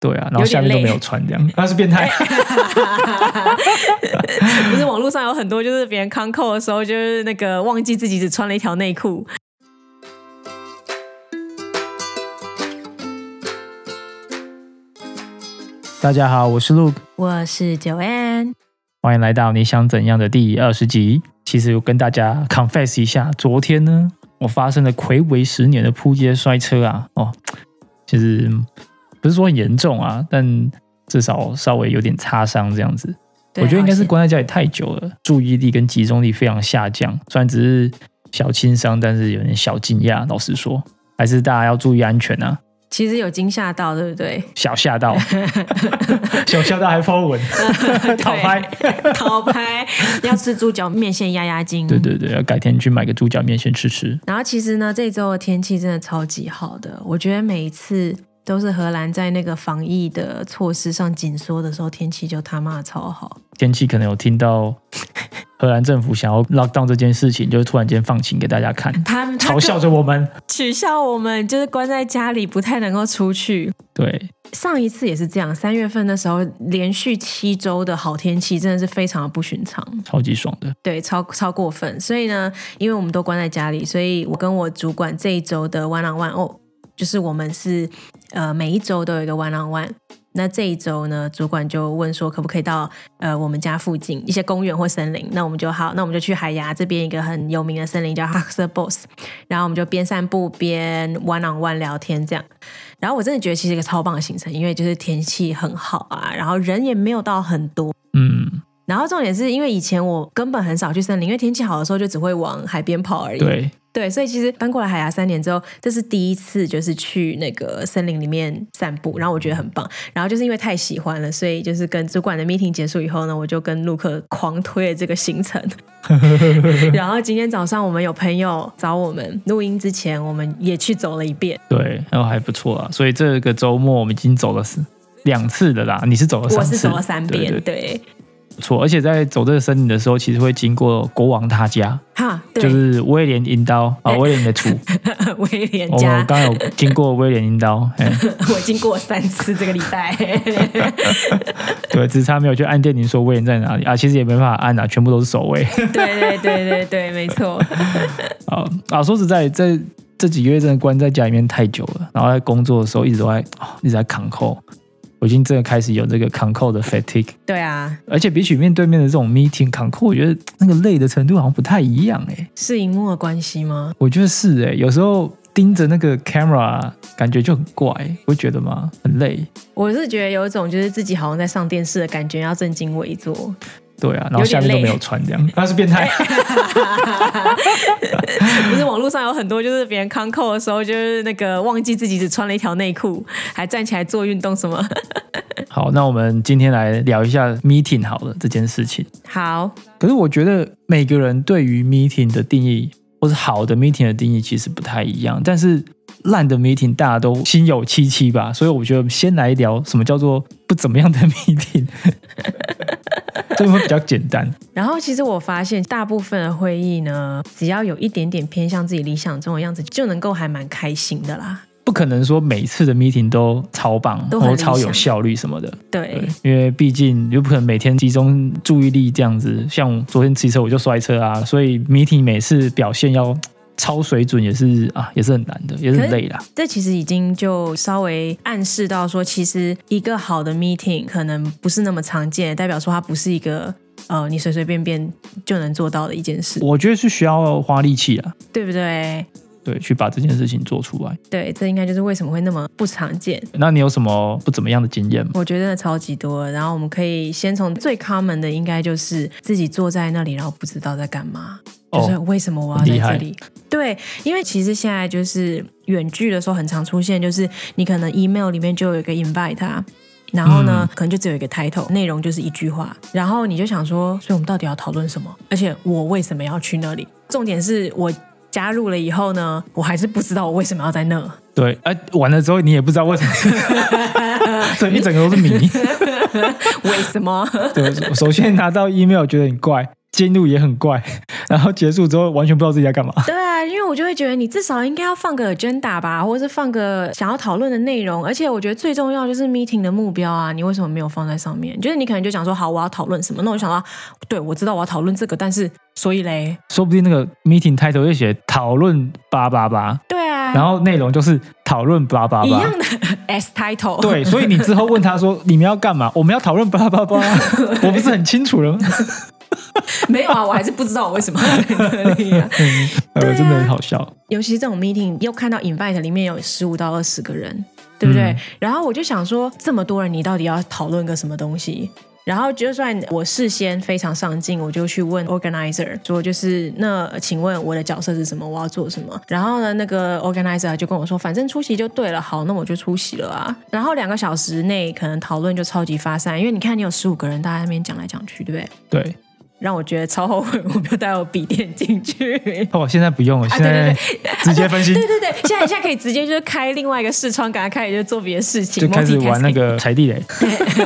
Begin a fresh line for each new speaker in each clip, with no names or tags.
对啊，然后下面都没有穿这样，那是变态。
不是网络上有很多，就是别人康扣的时候，就是那个忘记自己只穿了一条内裤。
大家好，我是 Luke，
我是九安，
欢迎来到你想怎样的第二十集。其实我跟大家 confess 一下，昨天呢，我发生了魁违十年的扑街摔车啊，哦，其实不是说很严重啊，但至少稍微有点擦伤这样子。我觉得应该是关在家里太久了，注意力跟集中力非常下降。虽然只是小轻伤，但是有点小惊讶。老实说，还是大家要注意安全啊。
其实有惊吓到，对不对？
小吓到，小吓到还抛文，讨拍，
讨拍，要吃猪脚面线压压惊。
对对对，要改天去买个猪脚面线吃吃。
然后其实呢，这周的天气真的超级好的，我觉得每一次都是荷兰在那个防疫的措施上紧缩的时候，天气就他妈超好。
天气可能有听到。荷兰政府想要 lock down 这件事情，就是突然间放晴给大家看，
他们
嘲笑着我们，
取笑我们，就是关在家里不太能够出去。
对，
上一次也是这样，三月份的时候，连续七周的好天气，真的是非常的不寻常，
超级爽的，
对，超超过分。所以呢，因为我们都关在家里，所以我跟我主管这一周的 one on one 哦，就是我们是呃每一周都有一个 one on one。那这一周呢，主管就问说，可不可以到呃我们家附近一些公园或森林？那我们就好，那我们就去海牙这边一个很有名的森林叫 h a x e r b o s 然后我们就边散步边 one on one 聊天这样。然后我真的觉得其实一个超棒的行程，因为就是天气很好啊，然后人也没有到很多，
嗯，
然后重点是因为以前我根本很少去森林，因为天气好的时候就只会往海边跑而已。
对。
对，所以其实搬过来海牙三年之后，这是第一次就是去那个森林里面散步，然后我觉得很棒。然后就是因为太喜欢了，所以就是跟主管的 meeting 结束以后呢，我就跟陆克狂推了这个行 程。然后今天早上我们有朋友找我们录音之前，我们也去走了一遍。
对，然后还不错啊。所以这个周末我们已经走了两次了啦。你是走了哦三
次，我是走了三遍，
对,
对,对。
不错，而且在走这个森林的时候，其实会经过国王他家，
哈，
就是威廉银刀啊、哦，威廉的厨，
威廉
家。我刚有经过威廉银刀，哎
我经过三次这个礼拜，
对，只差没有去按电铃说威廉在哪里啊，其实也没办法按啊，全部都是守卫。
对对对对对，没错。
啊啊，说实在，在这几个月真的关在家里面太久了，然后在工作的时候一直都在、哦、一直在扛扣。我已经真的开始有这个 control 的 fatigue。
对啊，
而且比起面对面的这种 meeting control，我觉得那个累的程度好像不太一样哎、欸。
是荧幕的关系吗？
我觉得是哎、欸，有时候盯着那个 camera，感觉就很怪、欸，不觉得吗？很累。
我是觉得有一种就是自己好像在上电视的感觉，要正襟危 坐。
对啊，然后下面都没有穿这 样，那是变态。
不是网络上有很多，就是别人康扣的时候，就是那个忘记自己只穿了一条内裤，还站起来做运动什么。
好，那我们今天来聊一下 meeting 好了这件事情。
好，
可是我觉得每个人对于 meeting 的定义，或是好的 meeting 的定义其实不太一样，但是烂的 meeting 大家都心有戚戚吧。所以我觉得先来聊什么叫做不怎么样的 meeting。这会比较简单。
然后，其实我发现大部分的会议呢，只要有一点点偏向自己理想中的样子，就能够还蛮开心的啦。
不可能说每次的 meeting 都超棒，
都
或超有效率什么的。
对，对
因为毕竟有不可能每天集中注意力这样子。像昨天骑车我就摔车啊，所以 meeting 每次表现要。超水准也是啊，也是很难的，也是很累的。
这其实已经就稍微暗示到说，其实一个好的 meeting 可能不是那么常见，代表说它不是一个呃你随随便便就能做到的一件事。
我觉得是需要花力气啊，
对不对？
对，去把这件事情做出来。
对，这应该就是为什么会那么不常见。
那你有什么不怎么样的经验吗？
我觉得超级多。然后我们可以先从最 common 的，应该就是自己坐在那里，然后不知道在干嘛，哦、就是为什么我要在这里？对，因为其实现在就是远距的时候，很常出现，就是你可能 email 里面就有一个 invite 啊。然后呢，嗯、可能就只有一个 title，内容就是一句话，然后你就想说，所以我们到底要讨论什么？而且我为什么要去那里？重点是我。加入了以后呢，我还是不知道我为什么要在那。
对，哎、呃，完了之后你也不知道为什么，所以一整个都是谜。
为什么？
对，首先拿到 email 觉得很怪，进入也很怪， 然后结束之后完全不知道自己在干嘛。
对啊，因为我就会觉得你至少应该要放个 agenda 吧，或者是放个想要讨论的内容。而且我觉得最重要就是 meeting 的目标啊，你为什么没有放在上面？就是你可能就想说，好，我要讨论什么？那我想到，对我知道我要讨论这个，但是所以嘞，
说不定那个 meeting title 会写讨论八八八，
对啊，
然后内容就是讨论八八
一
八
样。的 S title，
对，所以你之后问他说你们要干嘛？我们要讨论八八八，我不是很清楚了吗？
没有啊，我还是不知道我为什么在那里啊。
呃，真的很好笑。
尤其是这种 meeting，又看到 invite 里面有十五到二十个人，对不对？
嗯
然后我就想说，这么多人，你到底要讨论个什么东西？然后就算我事先非常上进，我就去问 organizer 说，就是那请问我的角色是什么？我要做什么？然后呢，那个 organizer 就跟我说，反正出席就对了。好，那我就出席了啊。然后两个小时内可能讨论就超级发散，因为你看你有十五个人，大家在那边讲来讲去，对不对？
对，
让我觉得超后悔，我没有带我笔电进去。
哦，现在不用了，现在
啊对
直接 分析
对对对，现在现在可以直接就是开另外一个视窗，赶快开始就做别的事情，
就开始玩那
multitasking。
个踩地雷，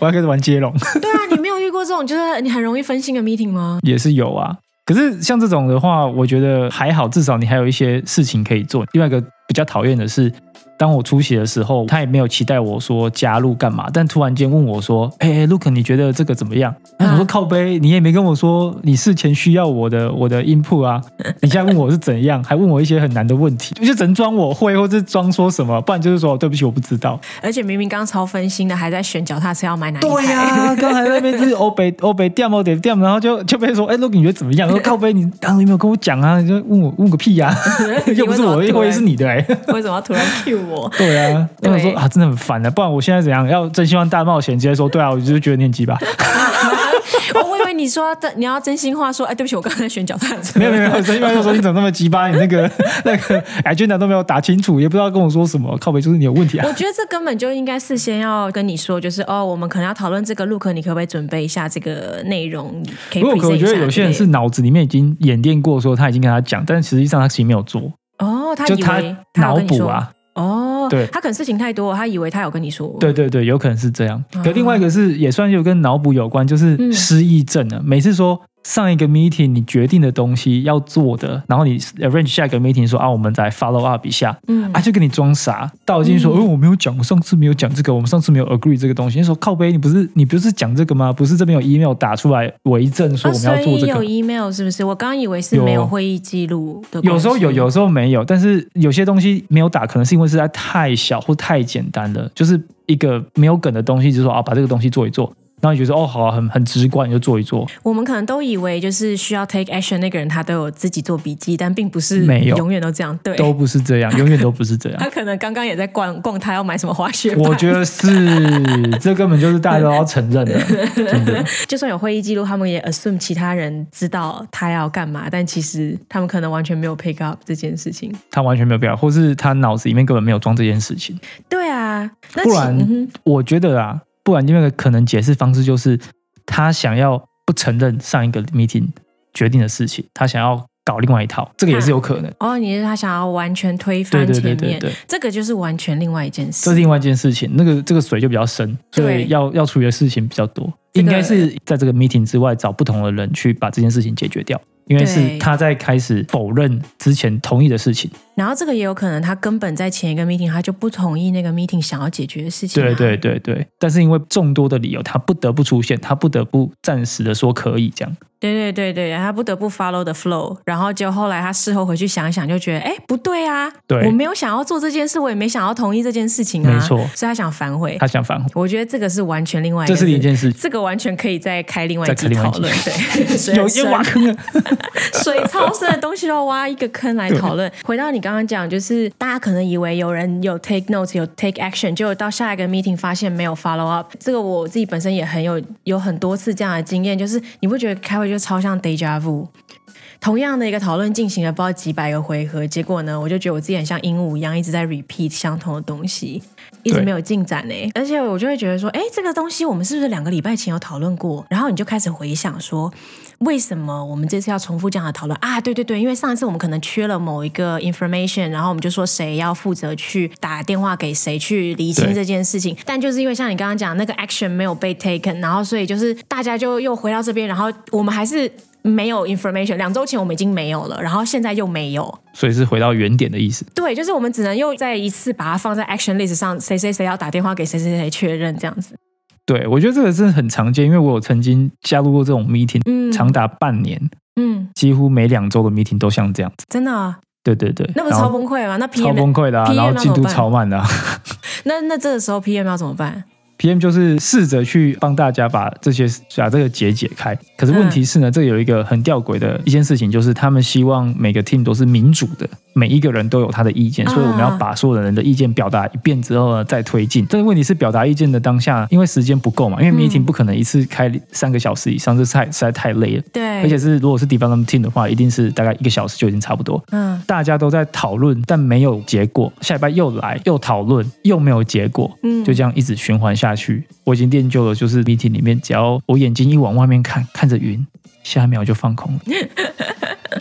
我要开始玩接龙，
对啊，你没有遇过这种就是你很容易分心的 meeting 吗？
也是有啊。可是像这种的话，我觉得还好，至少你还有一些事情可以做。另外一个比较讨厌的是，当我出席的时候，他也没有期待我说加入干嘛，但突然间问我说：“哎、欸、，Luke，你觉得这个怎么样？”那我说：“
啊
靠背，你也没跟我说你事前需要我的我的 input 啊，你现在问我是怎样，还问我一些很难的问题，就只能装我会，或者装说什么，不然就是说对不起，我不知道。
而且明明刚超分心的，还在选脚踏车要买哪一台。
对呀、 刚才那边是欧北欧北店欧北店，然后就就被说，哎、陆你觉得怎么 样？我说靠北，你当时有没有跟我讲啊？你就问我问个屁呀、啊 又不是我的，
你为什么要
又不是你的 哎、
为什么要突然 cue 我？
对啊，
对
我想说啊，真的很烦的、不然我现在怎样？要真希望大冒险直接说，对啊，我就是觉得念鸡吧。
哦我以为你说的你要真心话说，哎，对不起，我刚才在选脚踏车。
没有没有没有，真希望就说你怎么那么鸡巴？你那个 那个 agenda 都没有打清楚，也不知道跟我说什么，靠北就是你有问题啊
我。觉得这根本就应该事先要跟你说，就是哦，我们可能要讨论这个 look，你可不可以准备一下这个内容？ 可以
不过
present
我觉
一
得
下
有些人
之
是
类的
脑子里面已经演练过，说他已经跟他讲，但实际上他其实没有做，
哦，他
就
以为他
脑
有跟你
补
说
啊。
哦，
对
他可能事情太多，他以为他有跟你说。
对对对，有可能是这样。可
啊
另外一个是也算有跟脑补有关，就是
嗯
失忆症啊。每次说上一个 meeting 你决定的东西要做的，然后你 arrange 下一个 meeting 说啊，我们再 follow up 一下，
嗯
啊，就跟你装傻，道尽说，哦、
嗯
我没有讲，我上次没有讲这个，我们上次没有 agree 这个东西。你说靠背，你不是你不是讲这个吗？不是这边有 email 打出来为证说
啊，
我们要
所
做
以
这个。
有 email 是不是？我刚刚以为是
有
没有会议记录的关系，
有时候有，有时候没有，但是有些东西没有打，可能是因为实在太小或太简单了，就是一个没有梗的东西，就是说啊，把这个东西做一做，然后你觉得哦，好、啊，很很直观，你就做一做。
我们可能都以为就是需要 take action 那个人他都有自己做笔记，但并不是
没有
永远都这样。对，
都不是这样，永远都不是这样。
他可能刚刚也在逛逛他要买什么滑雪板。
我觉得是，这根本就是大家都要承认的，真的。
就算有会议记录，他们也 assume 其他人知道他要干嘛，但其实他们可能完全没有 pick up 这件事情。
他完全没有必要，或是他脑子里面根本没有装这件事情。
对啊，那
不
其
然
嗯哼
我觉得啊，不然另外一个可能解释方式就是，他想要不承认上一个 meeting 决定的事情，他想要搞另外一套，这个也是有可能。
哦，你是他想要完全推
对
翻
对
前
对
面，
对对，
这个就是完全另外一件
这是
事。
另外一件事情。那个这个水就比较深，所
对
以要要处理的事情比较多。
这
应
个
该是在这个 meeting 之外找不同的人去把这件事情解决掉，因为是
对
他在开始否认之前同意的事情。
然后这个也有可能，他根本在前一个 meeting 他就不同意那个 meeting 想要解决的事情、啊
对对，对对，但是因为众多的理由，他不得不出现，他不得不暂时的说可以这样。
对对对对，他不得不 follow the flow，然后就后来他事后回去想一想，就觉得哎不对啊，
对
我没有想要做这件事，我也没想要同意这件事情啊，
没错
所以他想反悔。
他想反悔，
我觉得这个是完全另外一
这
个
是一件事情，
这个完全可以再开另外一
再开
集
另外一
讨
集
论，对，
有一些挖坑啊。
水超深的东西都要挖一个坑来讨论。回到你刚刚讲，就是大家可能以为有人有 take notes 有 take action，结果到下一个 meeting 发现没有 follow up。这个我自己本身也很有有很多次这样的经验，就是你不觉得开会就超像 deja vu？同样的一个讨论进行了不知道几百个回合，结果呢，我就觉得我自己很像鹦鹉一样，一直在 repeat 相同的东西，一直
对
没有进展呢。而且我就会觉得说，哎，这个东西我们是不是两个礼拜前有讨论过？然后你就开始回想说，为什么我们这次要重复这样的讨论啊？对对对，因为上一次我们可能缺了某一个 information，然后我们就说谁要负责去打电话给谁去厘清
对
这件事情。但就是因为像你刚刚讲那个 action 没有被 taken，然后所以就是大家就又回到这边，然后我们还是没有 information。两周前我们已经没有了，然后现在又没有，
所以是回到原点的意思。
对，就是我们只能又再一次把它放在 action list 上，谁谁谁要打电话给谁谁谁确认这样子。
对，我觉得这个是很常见，因为我有曾经加入过这种 meeting，
嗯，
长达半年，
嗯，
几乎每两周的 meeting 都像这样子。
真的、啊，
对对对，
那不是
然
超
后
崩溃吗？那 PM
超崩溃的、啊，
PM
然后进
要怎
度
么办
超慢的啊、
那那这个时候 PM 要怎么办？
PM 就是试着去帮大家把这些把这个结解开。可是
嗯
问题是呢，这有一个很吊诡的一件事情，就是他们希望每个 team 都是民主的，每一个人都有他的意见，
啊
所以我们要把所有的人的意见表达一遍之后呢，再推进。但是问题是，表达意见的当下，因为时间不够嘛，因为
嗯
meeting 不可能一次开三个小时以上，这太实在太累了。
对，
而且是如果是 development team 的话，一定是大概一个小时就已经差不多。
嗯。
大家都在讨论，但没有结果。下礼拜又来，又讨论，又没有结果，
嗯
就这样一直循环下去。我已经练就了，就是 meeting 里面，只要我眼睛一往外面看，看着云，下一秒就放空了。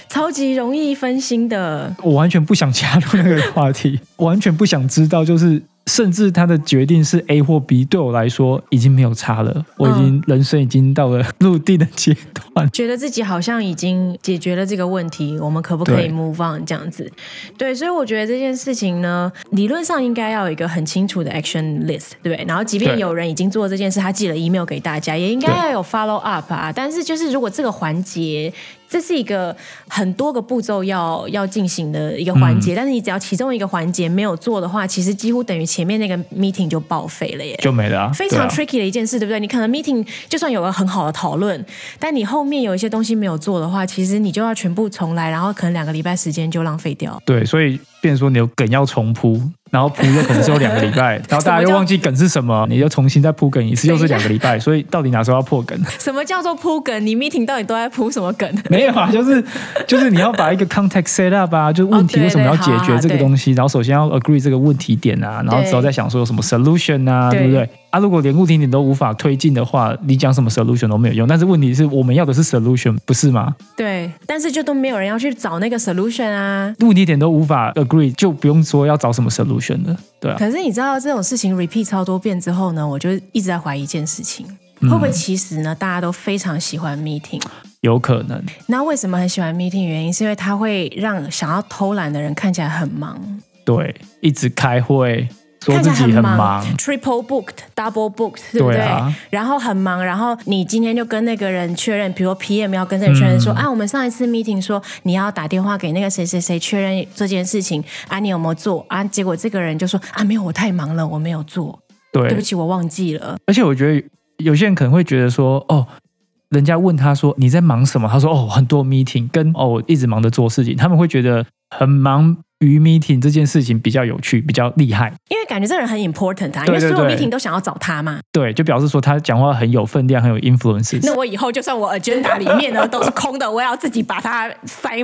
超级容易分心的。
我完全不想加入那个话 题，我完全不想知道，就是甚至他的决定是 A 或 B，对我来说已经没有差了。我已
嗯
经、人生已经到了 入地的阶段。
觉得自己好像已经解决了这个问题，我们可不可以
对
move on 这样子？对，所以我觉得这件事情呢，理论上应该要有一个很清楚的 action list，对不对？然后，即便
对
有人已经做这件事，他寄了 email 给大家，也应该
对
要有 follow up 啊。但是，就是如果这个环节，这是一个很多个步骤要要进行的一个环
嗯
节，但是你只要其中一个环节没有做的话，其实几乎等于前面那个 meeting 就报废了耶。
就没了啊、
非
对
常
啊
tricky 的一件事，对不对？你可能 meeting 就算有了很好的讨论，但你后面有一些东西没有做的话，其实你就要全部重来，然后可能两个礼拜时间就浪费掉。
对，所以变成说你有梗要重铺，然后铺又可能是有两个礼拜，然后大家又忘记梗是什么，你就重新再铺梗一次，又是两个礼拜。所以到底哪时候要破梗？
什么叫做铺梗？你 meeting 到底都在铺什么梗？
没有啊，就是就是你要把一个 context set up 啊，就是问题为什么要解决这个东西，然后首先要 agree 这个问题点啊，然后之后再想说有什么 solution 啊，
对
对不对？啊，如果连固定点都无法推进的话，你讲什么 solution 都没有用。但是问题是我们要的是 solution，不是吗？
对，但是就都没有人要去找那个 solution 啊。
问题点都无法 agree，就不用说要找什么 solution 了，对啊。
可是你知道这种事情 repeat 超多遍之后呢，我就一直在怀疑一件事情，
嗯
会不会其实呢大家都非常喜欢 meeting？
有可能，
那为什么很喜欢 meeting？原因是因为它会让想要偷懒的人看起来很忙。
对，一直开会，说
看
自
起来
己很
忙
忙，
t r i p l e booked、double booked，对不对？
对啊
然后很忙，然后你今天就跟那个人确认，比如 PM 要跟这个人确认
嗯
说，啊，我们上一次 meeting 说你要打电话给那个谁谁谁确认这件事情，啊，你有没有做？啊，结果这个人就说，啊，没有，我太忙了，我没有做，
对
对不起，我忘记了。
而且我觉得有些人可能会觉得说，哦，人家问他说你在忙什么，他说哦很多 meeting，跟哦我一直忙着做事情，他们会觉得很忙于 meeting 这件事情比较有趣，比较厉害。
因为感觉这个人很 important 啊，因
对
为所有
对对
meeting 都想要找 他嘛。
对，就表示说他讲话很有分量，很有 influence，
那我以后就算我 agenda 里面呢都是空的，我也要自己把它 塞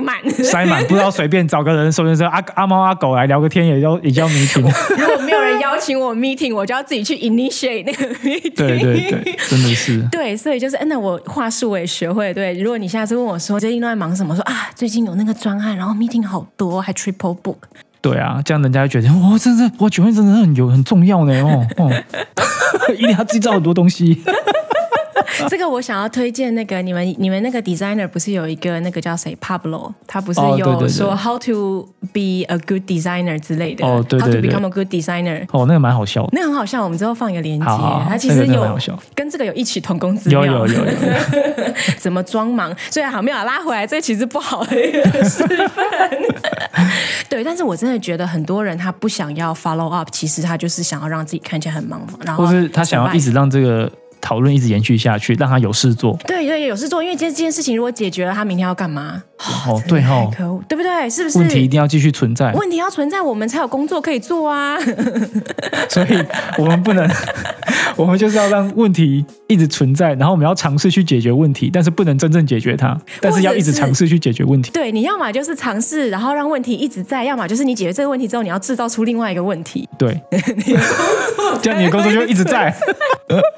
满。
塞满，不知道随便找个人，说不定说阿阿猫阿狗来聊个天也叫 也叫 meeting。
如果没有人邀请我 meeting，我就要自己去 initiate 那个 meeting。
对对对，真的是。
对，所以就是，嗯那我话术我也学会了。对，如果你下次问我说最近都在忙什么，我说啊，最近有那个专案，然后 meeting 好多，还 triple book。
对啊，这样人家就觉得哇，真的，哇，九院真的很有很重要呢哦哦， 一定要制造很多东西。
这个我想要推荐那个你们你们那个 designer 不是有一个那个叫谁 Pablo，他不是
哦对对
有
对
说 how to be a good designer 之类的，
哦对对
h o w
对
to become a good designer。
哦，那个蛮好笑的。
那很好笑，我们之后放一个链接。
好好好
它其
那
实
个真的
有
蛮好笑
跟这个有异曲同工之妙。
有有有有，有
怎么装 忙？所以好没有拉回来，这其实不好的一个示范。对，但是我真的觉得很多人他不想要 follow up，其实他就是想要让自己看起来很忙，然后
或是他想要一直让这个讨论一直延续下去，让他有事做。
对对有事做，因为今天这件事情如果解决了，他明天要干嘛？
哦，对
太
哦，
可恶，对不对？是不是？
问题一定要继续存在，
问题要存在，我们才有工作可以做啊！
所以我们不能， 我们就是要让问题一直存在，然后我们要尝试去解决问题，但是不能真正解决它，但是要一直尝试去解决问题。
对，你要么就是尝试，然后让问题一直在；要么就是你解决这个问题之后，你要制造出另外一个问题。
对，这样你的工作就一直在。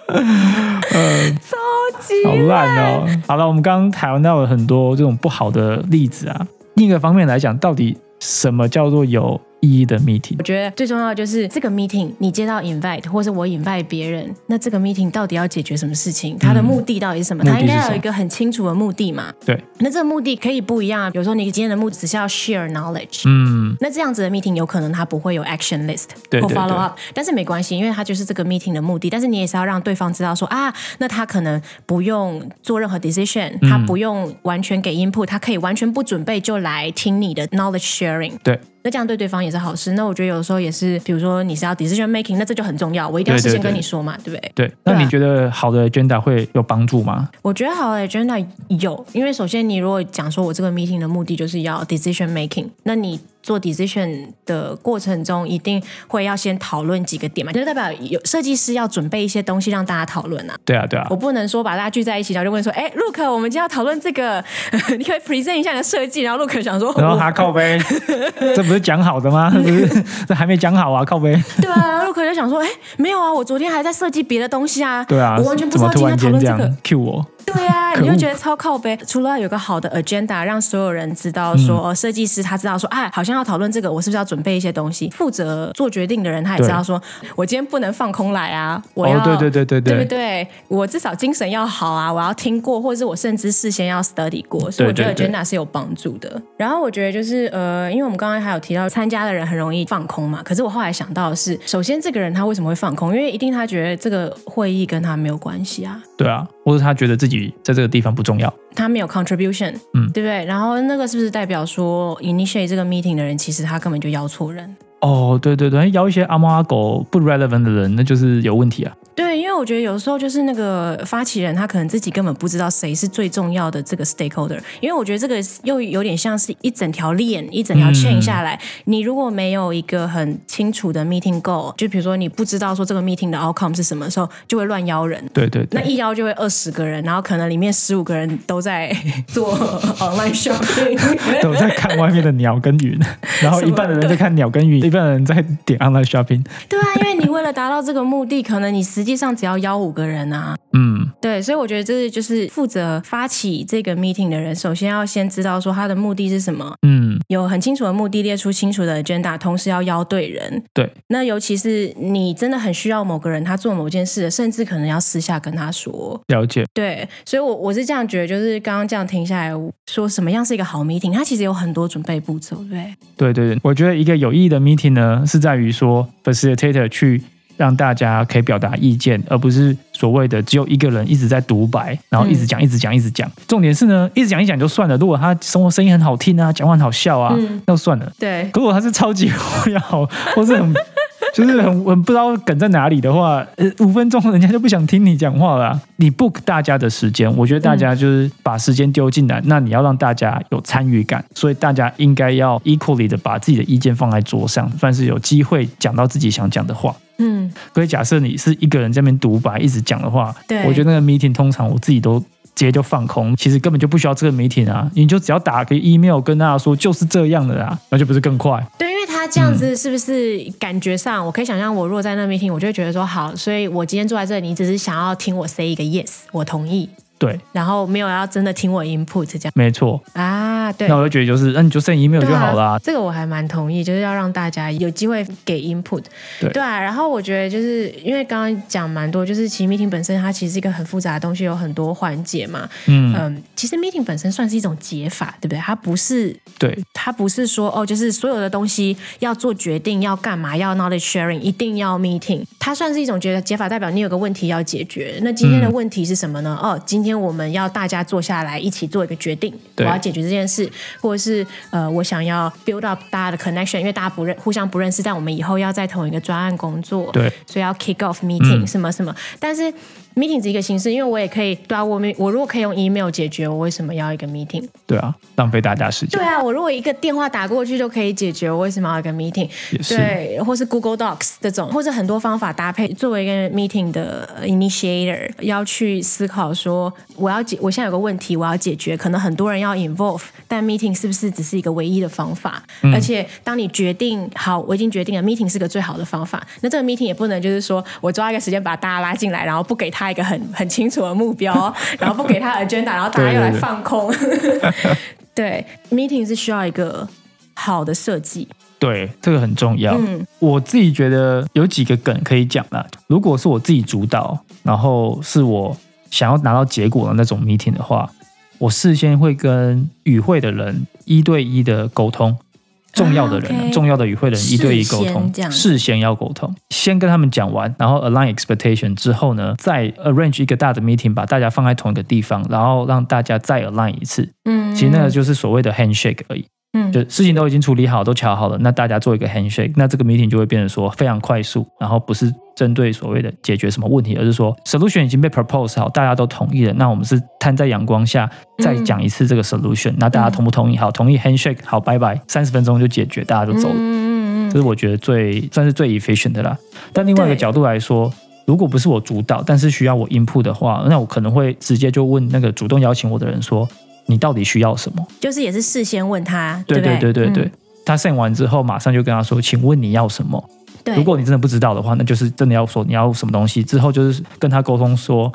呃，
超级
好烂哦！好了，我们刚刚谈到了很多这种不好的例子啊。另一个方面来讲，到底什么叫做有意义的 meeting？
我觉得最重要的就是这个 meeting，你接到 invite 或是我 invite 别人，那这个 meeting 到底要解决什么事情？它的目的到底是什
嗯
么？
目的
它应该
是
要
什
有
么
一个很清楚的目的嘛。
对，
那这个目的可以不一样啊，比如说你今天的目的只是要 share knowledge，、
嗯，
那这样子的 meeting 有可能它不会有 action list
对
或
对
follow
对
up，但是没关系，因为它就是这个 meeting 的目的。但是你也是要让对方知道说啊，那他可能不用做任何 decision，他不用完全给 input，他可以完全不准备就来听你的 knowledge sharing。
对，
那这样对对方也是好事。那我觉得有时候也是，比如说你是要 decision making，那这就很重要，我一定要
对
事
对
先跟
对
你说嘛，对不对？
对。
对
那
啊
你觉得好的 agenda 会有帮助吗？
我觉得好的 agenda 有，因为首先你如果讲说我这个 meeting 的目的就是要 decision making，那你做 decision 的过程中一定会要先讨论几个点嘛，就代表有设计师要准备一些东西让大家讨论啊。
对啊，对啊
我，不能说把大家聚在一起，然后就问说，哎，Look，我们今天要讨论这个， 你可以 present 一下你的设计，然后 Look 想说，哦
然后
我
他靠背， 这不是讲好的 吗？这不是这还没讲好啊，靠背。
对啊，陆可就想说，哎，没有啊，我昨天还在设计别的东西啊，
对啊，
我完全不
怎
知
么
道今
突
天
然
讨
间
论
这
这
样
个。
cue 我？
对啊，
可恶
你就觉得超靠背。除了要有个好的 agenda，让所有人知道说，
嗯
哦设计师他知道说，哎，好像要讨论这个，我是不是要准备一些东西？负责做决定的人他也知道说，我今天不能放空来啊，我要、
哦，对对对对
对不
对，
对？我至少精神要好啊，我要听过，或者是我甚至事先要 study 过，所以我觉得
对对
agenda 是有帮助的。然后我觉得就是呃，因为我们刚刚还有提到参加的人很容易放空嘛，可是我后来想到的是，首先这个人他为什么会放空？因为一定他觉得这个会议跟他没有关系啊。
对啊，或者他觉得自己在这个地方不重要。
他没有 contribution，
嗯
对不对？然后那个是不是代表说 initiate 这个 meeting 的人，其实他根本就邀错人？
哦，对对对，邀一些阿猫阿狗不 relevant 的人，那就是有问题啊。
对，因为我觉得有时候就是那个发起人，他可能自己根本不知道谁是最重要的这个 stakeholder，因为我觉得这个又有点像是一整条链，一整条
嗯
chain 下来，你如果没有一个很清楚的 meeting goal，就比如说你不知道说这个 meeting 的 outcome 是什么时候，就会乱邀人。
对对
那
对，
一邀就会二十个人，然后可能里面十五个人都在 做 online shopping，
都在看外面的鸟跟云，然后一半的人在看鸟跟云，一半的人在点 online shopping。
对啊，因为你为了达到这个目的，可能你实际上只要邀五个人啊。
嗯，
对，所以我觉得这就是负责发起这个 meeting 的人，首先要先知道说他的目的是什么，
嗯，
有很清楚的目的，列出清楚的 agenda，同时要邀对人。
对，
那尤其是你真的很需要某个人他做某件事，甚至可能要私下跟他说。
了解。
对，所以我我是这样觉得，就是刚刚这样停下来说什么样是一个好 meeting，它其实有很多准备步骤，对不对。
对对对，我觉得一个有意义的 meeting 呢，是在于说 facilitator 去让大家可以表达意见，而不是所谓的只有一个人一直在独白，然后一直讲、一直讲、一直讲。重点是呢，一直讲一讲就算了，如果他生活声音很好听啊，讲话很好笑啊，
嗯
那就算了。
对，
如果他是超级无聊，或是很 就是很很不知道梗在哪里的话，呃，五分钟人家就不想听你讲话了啊、你 book 大家的时间，我觉得大家就是把时间丢进来，那你要让大家有参与感，所以大家应该要 equally 的把自己的意见放在桌上，算是有机会讲到自己想讲的话。
嗯，
所以假设你是一个人在那边独白一直讲的话，
对
我觉得那个 meeting 通常我自己都直接就放空，其实根本就不需要这个 meeting 啊，你就只要打个 email 跟大家说就是这样的啦，那就不是更快？
对，因为他
嗯
这样子是不是感觉上，我可以想象，我如果在那边听，我就会觉得说好，所以我今天坐在这里，你只是想要听我 say 一个 yes，我同意，
对，
然后没有要真的听我 input 这样
没错。
啊，对
那。我就觉得就是，那你就 send email 就
对啊
好啦。
这个我还蛮同意，就是要让大家有机会给 input。
对
啊，然后我觉得就是因为刚刚讲蛮多，就是其实 meeting 本身它其实是一个很复杂的东西，有很多环节嘛。
嗯，
嗯，其实 meeting 本身算是一种解法，对不对？它不是
对
它不是说哦，就是所有的东西要做决定，要干嘛，要 knowledge sharing，一定要
嗯
meeting。它算是一种解解法，代表你有个问题要解决。那今天的问题是什么呢？哦，今天天我们要大家坐下来一起做一个决定，我
对
要解决这件事，或者是呃，我想要 build up 大家的 connection，因为大家不认互相不认识，但我们以后要在同一个专案工作，
对，
所以要 kick off meeting、
嗯
什么什么，但是 meeting 只是一个形式，因为我也可以对啊，我们我如果可以用 email 解决，我为什么要一个 meeting？
对啊，浪费大家时间
对，啊，我如果一个电话打过去就可以解决，我为什么要一个 meeting？
也是
对，或是 Google Docs 这种，或者很多方法搭配，作为一个 meeting 的呃 initiator，要去思考说，我要解，我现在有个问题，我要解决，可能很多人要 involve，但 meeting 是不是只是一个唯一的方法？
嗯
而且，当你决定好，我已经决定了，meeting 是个最好的方法，那这个 meeting 也不能就是说我抓一个时间把大家拉进来，然后不给他一个很很清楚的目标，哦然后不给他 agenda，然后大家又
对对
来
对
放空。 对，meeting 是需要一个好的设计。
对，这个很重要。
嗯
我自己觉得有几个梗可以讲啦。如果是我自己主导，然后是我想要拿到结果的那种 meeting 的话，我事先会跟与会的人一对一的沟通，重要的人、
啊，OK
重要的与会人一对一沟
事
通
先这，样子
事先要沟通，先跟他们讲完，然后 align expectation 之后呢，再 arrange 一个大的 meeting，把大家放在同一个地方，然后让大家再 align 一次。
嗯，
其实那个就是所谓的 handshake 而已。
嗯
就事情都已经处理好，都瞧好了，那大家做一个 handshake，那这个 meeting 就会变成说非常快速，然后不是针对所谓的解决什么问题，而是说 solution 已经被 propose 好，大家都同意了，那我们是摊在阳光下再讲一次
嗯
这个 solution，、那大家同不同意？好，同意 handshake，好，拜拜，三十分钟就解决，大家就走了。
嗯嗯嗯
这是我觉得最算是最 efficient 的啦。但另外一个
对
角度来说，如果不是我主导，但是需要我 input 的话，那我可能会直接就问那个主动邀请我的人说：“你到底需要什么
嗯，就是也是事先问他，？”
对
不对
对对对，
嗯
他 send 完之后，马上就跟他说：“请问你要什么？”
对
如果你真的不知道的话，那就是真的要说你要什么东西。之后就是跟他沟通说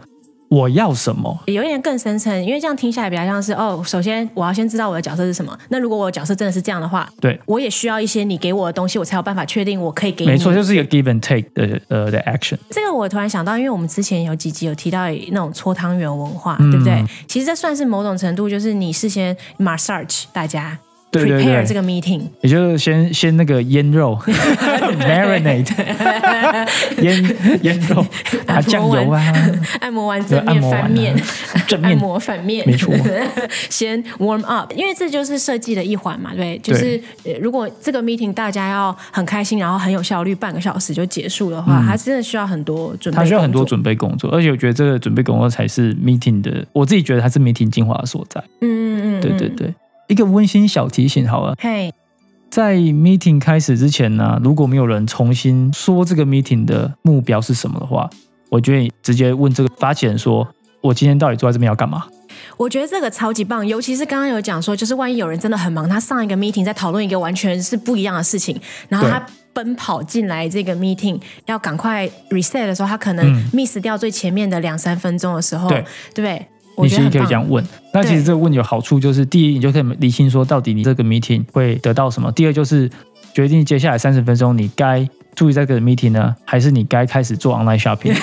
我要什么。
有一点更深层，因为这样听下来比较像是哦，首先我要先知道我的角色是什么。那如果我的角色真的是这样的话，
对，
我也需要一些你给我的东西，我才有办法确定我可以给你。
没错，就是一个 give and take 的呃的 action。
这个我突然想到，因为我们之前有几集有提到那种搓汤圆文化，
嗯
对不对？其实这算是某种程度就是你事先 massage 大家。
对对
prepare
对
这个 meeting，
也就是先先那个腌 肉 marinate，腌腌 肉啊，酱油啊，
按摩完正
按
面、
摩完啊
翻面，
正
按
面
摩反面，
没错
先 warm up，因为这就是设计的一环嘛，对，就是呃如果这个 meeting 大家要很开心，然后很有效率，半个小时就结束的话，它真的需要很多准备，
嗯它需要很多，准备工作，而且我觉得这个准备工作才是 meeting 的，我自己觉得它是 meeting 精华的所在。
嗯嗯嗯，
对对，对，一个温馨小提醒好了，
嘿，
在 meeting 开始之前呢，如果没有人重新说这个 meeting 的目标是什么的话，我觉得你直接问这个发起人说：“我今天到底坐在这边要干嘛
我觉得这个超级棒，尤其是刚刚有讲说，就是万一有人真的很忙，他上一个 meeting 在讨论一个完全是不一样的事情，然后
对
他奔跑进来这个 meeting 要赶快 reset 的时候，他可能
嗯
miss 掉最前面的两三分钟的时候，
对
对不对？？”我
你
觉
其
得
实可
很
以
棒。
这样问。那其实
对
这个问有好处，就是第一，你就可以理清说到底你这个 meeting 会得到什么；第二，就是决定接下来三十分钟你该注意在这个 meeting 呢，还是你该开始做 online shopping？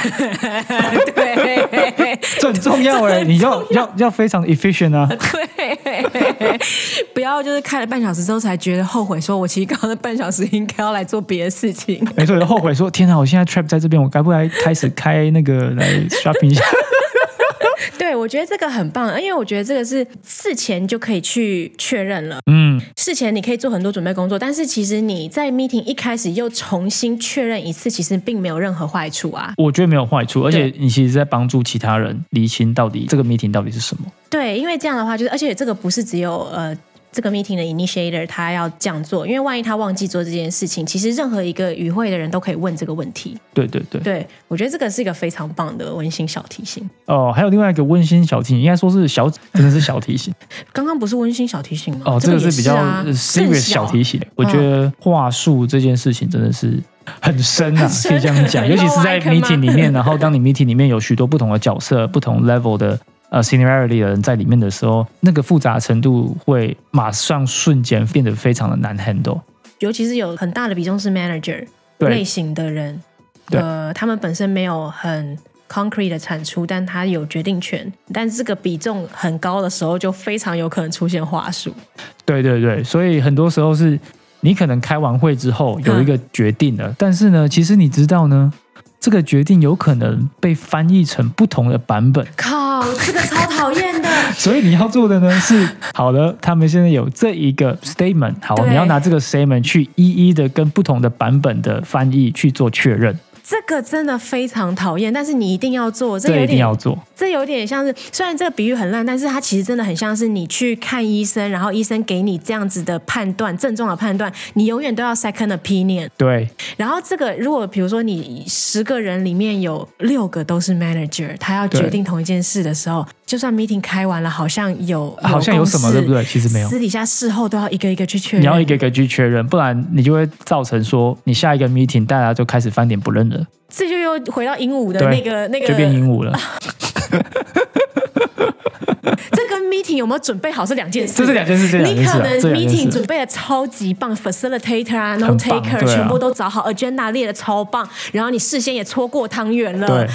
对
这很重要 哎、你要要要非常 efficient 啊。
对， 不要就是开了半小时之后才觉得后悔，说我其实刚刚那半小时应该要来做别的事情。
没错，就哎后悔说天啊哪，我现在 trap 在这边，我该不该开始开那个来 shopping 一下？
对，我觉得这个很棒，因为我觉得这个是事前就可以去确认了。
嗯，
事前你可以做很多准备工作，但是其实你在 meeting 一开始又重新确认一次，其实并没有任何坏处啊。
我觉得没有坏处，而且
对
你其实在帮助其他人厘清到底这个 meeting 到底是什么。
对，因为这样的话，就是而且这个不是只有呃。这个 meeting 的 initiator 他要这样做，因为万一他忘记做这件事情，其实任何一个与会的人都可以问这个问题。
对对对，
对我觉得这个是一个非常棒的温馨小提醒。
哦，还有另外一个温馨小提醒，应该说是小，真的是小提醒
刚刚不是温馨小提醒吗？
哦，这
个
个
也
是比较
啊嗯
呃 serious 小提
醒。
醒。我觉得话术这件事情真的是很深啊，
深
可以这样 讲，
很
尤其是
low
在
icon 吗
meeting 里面，然后当你 meeting 里面有许多不同的角色、 不同 level 的。呃，seniority 的人在里面的时候，那个复杂程度会马上瞬间变得非常的难 handle。
尤其是有很大的比重是 manager
对
类型的人，
对
呃，他们本身没有很 concrete 的产出，但他有决定权，但这个比重很高的时候，就非常有可能出现话术。
对对对，所以很多时候是你可能开完会之后有
嗯
一个决定了，但是呢，其实你知道呢，这个决定有可能被翻译成不同的版本。
靠，
这个超讨厌的。
所以你要做的呢是，好的，他们现在有这一个 statement，好，
对
你要拿这个 statement 去一一的跟不同的版本的翻译去做确认，
这个真的非常讨厌，但是你一定要做，这
这
有
一定
点
要做。
这有点像是，虽然这个比喻很烂，但是它其实真的很像是你去看医生，然后医生给你这样子的判断，症状的判断，你永远都要 second opinion。
对，
然后这个如果比如说你十个人里面有六个都是 manager，他要
对
决定同一件事的时候，就算 meeting 开完了，好像有
好像有什么
共识
对不对其实没有
私底下事后都要一个一个去确认。
你要一个一个去确认，不然你就会造成说，你下一个 meeting 大家就开始翻脸不认人，
这就又回到鹦鹉的
对
那个那个，
就变鹦鹉了。
这跟 meeting 有没有准备好是两件事。
这是两件事，这是两
你
件事
可
啊，
能
这两
meeting
件
准
事。
备的超级棒，facilitator 啊
很
，note
棒
taker、
对啊
全部都找好，agenda 列的超棒，然后你事先也搓过汤圆了
对，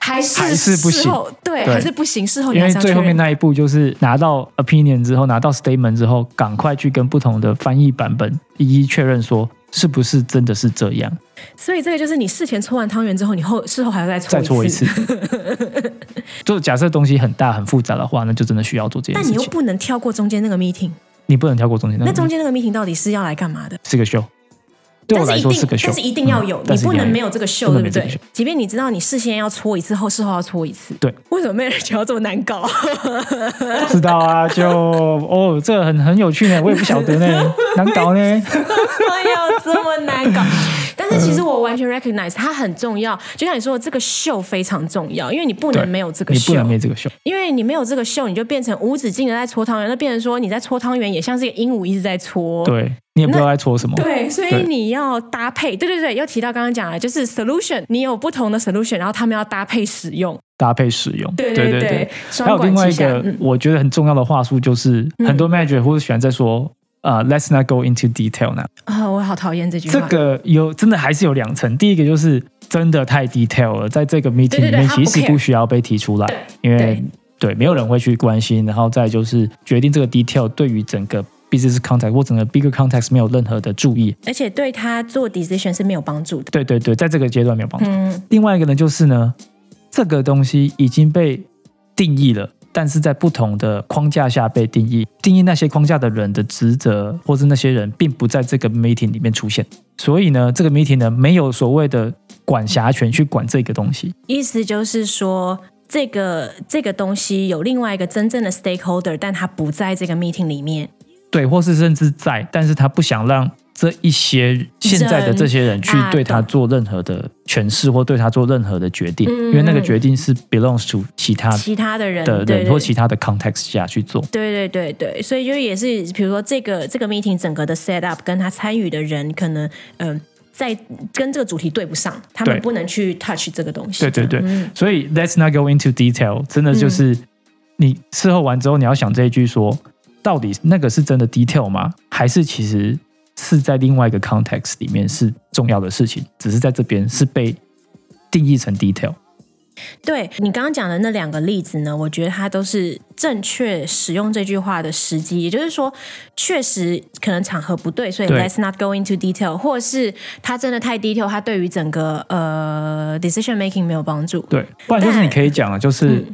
还是
还是不行
事后对，
对
还是不行，事后你
因
还
为
是要
最后
确认
面那一步就是拿到 opinion 之后，拿到 statement 之后，赶快去跟不同的翻译版本一一确认，说是不是真的是这样，
所以这个就是你事前搓完汤圆之后，你后事后还要再搓
再搓一
一
次。 就假设东西很大很复杂的话，那就真的需要做这件
但
事
你又
情。
不能跳过中间那个 meeting，
你不能跳过中间那
那
个
中间那个 meeting 到底是要来干嘛的？
是个 show，对我
但
来
是一
说
定，
是个 show，
但是一定要有，
嗯
你
但是一
不
定要
能没有这个秀，
不能
对
没
不
这个
对
秀？
即便你知道你事先要搓一次，后事后要搓一次，
对，
为什么 manager 要这么难搞？
不知道啊，就 哦，这个很很有趣呢，我也不晓得呢，难搞呢。
要这么难搞？但是其实我完全 recognize 它很重要，就像你说的，这个秀非常重要，因为你不
对
能没有这个
你
秀
不，能没这个秀，
因为你没有这个秀，你就变成无止境的在搓汤圆，那变成说你在搓汤圆也像是一个鹦鹉一直在搓。
对你也不知道在搓什么。
对，所以
对
你要搭配，对对对，又提到刚刚讲了，就是 solution，你有不同的 solution，然后他们要搭配使用，
搭配使用。
对
对
对对
还有
双
另
管
外一
齐下。
个
嗯，
我觉得很重要的话术就是，很多 manager 或者喜欢在说。啊、l e t s not go into detail 呢。
啊、我好讨厌这句
这
话。
个有真的还是有两层，第一个就是真的太 detail 了，在这个 meeting
对对
里面
他不
其实
care
不需要被提出来，因为
对
对没有人会去关心。然后再就是决定这个 detail 对于整个 business context 或整个 bigger context 没有任何的注意。
而且对他做 decision 是没有帮助的。
对对对，在这个阶段没有帮助。
嗯，
另外一个呢，就是呢，这个东西已经被定义了，但是在不同的框架下被定义。定义那些框架的人的职责，或是那些人并不在这个 meeting 里面出现，所以呢，这个 meeting 呢没有所谓的管辖权去管这个东西。
意思就是说，这个这个东西有另外一个真正的 stakeholder，但他不在这个 meeting 里面。
对，或是甚至在，但是他不想让这一些现在的这些人去对他做任何的诠释或对他做任何的决定，因为那个决定是 belongs to 其他
其他的人，
的
对
啊人或
对
其他的 context 下去做。
对对对对，所以就也是，比如说这个这个 meeting 整个的 set up 跟他参与的人，可能嗯、呃在跟这个主题对不上，他们
对
不能去 touch 这个东西。嗯
对对对，所以 let's not go into detail，真的就是、你事后完之后，你要想这一句说，到底那个是真的 detail 吗？还是其实是在另外一个 context 里面是重要的事情，只是在这边是被定义成 detail。
对你刚刚讲的那两个例子呢，我觉得它都是正确使用这句话的时机，也就是说，确实可能场合不对，所以
对
let's not go into detail，或是它真的太 detail，它对于整个呃 decision making 没有帮助。
对，不然就是
但嗯
你可以讲啊，就是、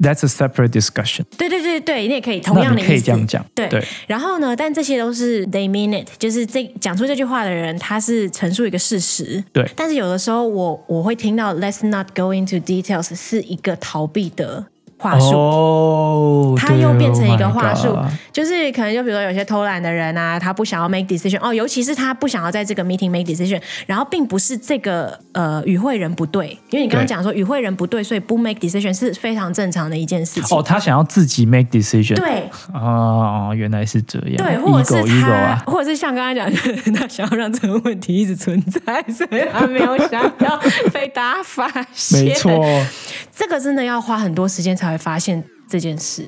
that's a separate discussion，
对对对对，你也可以同
那
样
你
的
可
意
以这样
思。
讲。
对
对
然后呢，但这些都是 they mean it，就是这讲出这句话的人，他是陈述一个事实。
对
但是有的时候我我会听到 let's not go into details 是一个逃避的话术。
哦，
它又
对
变成一
oh
个
my
话术
God
就是可能就比如说有些偷懒的人啊，他不想要 make decision 哦，尤其是他不想要在这个 meeting make decision，然后并不是这个呃与会人不对，因为你刚刚
对
讲说与会人不对，所以不 make decision 是非常正常的一件事情。
哦，他想要自己 make decision。
对
哦，原来是这样。
对，或者
ego
是
ego
他，
啊，
或者是像刚刚讲，他想要让这个问题一直存在，所以他没有想要被大家发 现。
没错，，
这个真的要花很多时间才会发现这件事。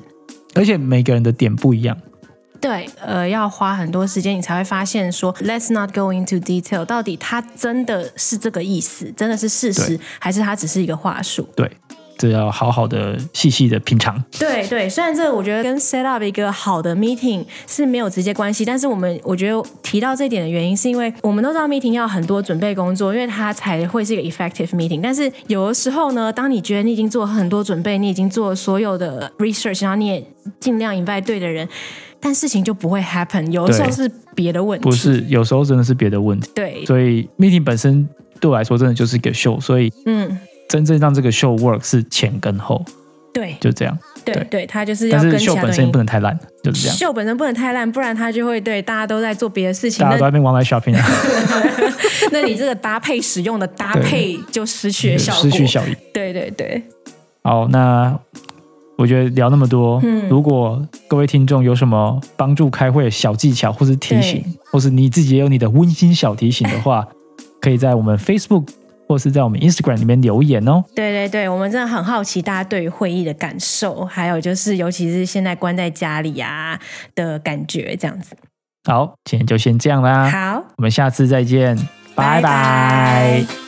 而且每个人的点不一样。
对，呃，要花很多时间，你才会发现说，Let's not go into detail，到底它真的是这个意思，真的是事实，还是它只是一个话术？
对，这要好好的、细细的品尝。
对对，虽然这我觉得跟 set up 一个好的 meeting 是没有直接关系，但是我们我觉得提到这一点的原因，是因为我们都知道 meeting 要很多准备工作，因为它才会是一个 effective meeting。但是有的时候呢，当你觉得你已经做很多准备，你已经做所有的 research，然后你也尽量 invite 对的人，但事情就不会 happen。有的时候
对
是别的问题，
不是，有时候真的是别的问题。
对，
所以 meeting 本身对我来说真的就是一个 show，所以
嗯，
真正让这个 show work 是前跟后，
对
就这样。
对
对
对，它就是要
但是
跟其
show
他
本
东
身也
西
不。能太烂，就是这样。
秀本身不能太烂，不然它就会对大家都在做别的事 情，
大家
那
都在那边往来 shopping 啊，
那你这个搭配使用的搭配就失去了效果，
失去效益。
对对对，
好，那我觉得聊那么多，
嗯
如果各位听众有什么帮助开会的小技巧，或是提醒，或是你自己也有你的温馨小提醒的话， 可以在我们 Facebook 或是在我们 Instagram 里面留言哦。
对对对，我们真的很好奇大家对于会议的感受，还有就是尤其是现在关在家里啊的感觉，这样子。
好，今天就先这样啦，
好，
我们下次再见，拜拜。
拜拜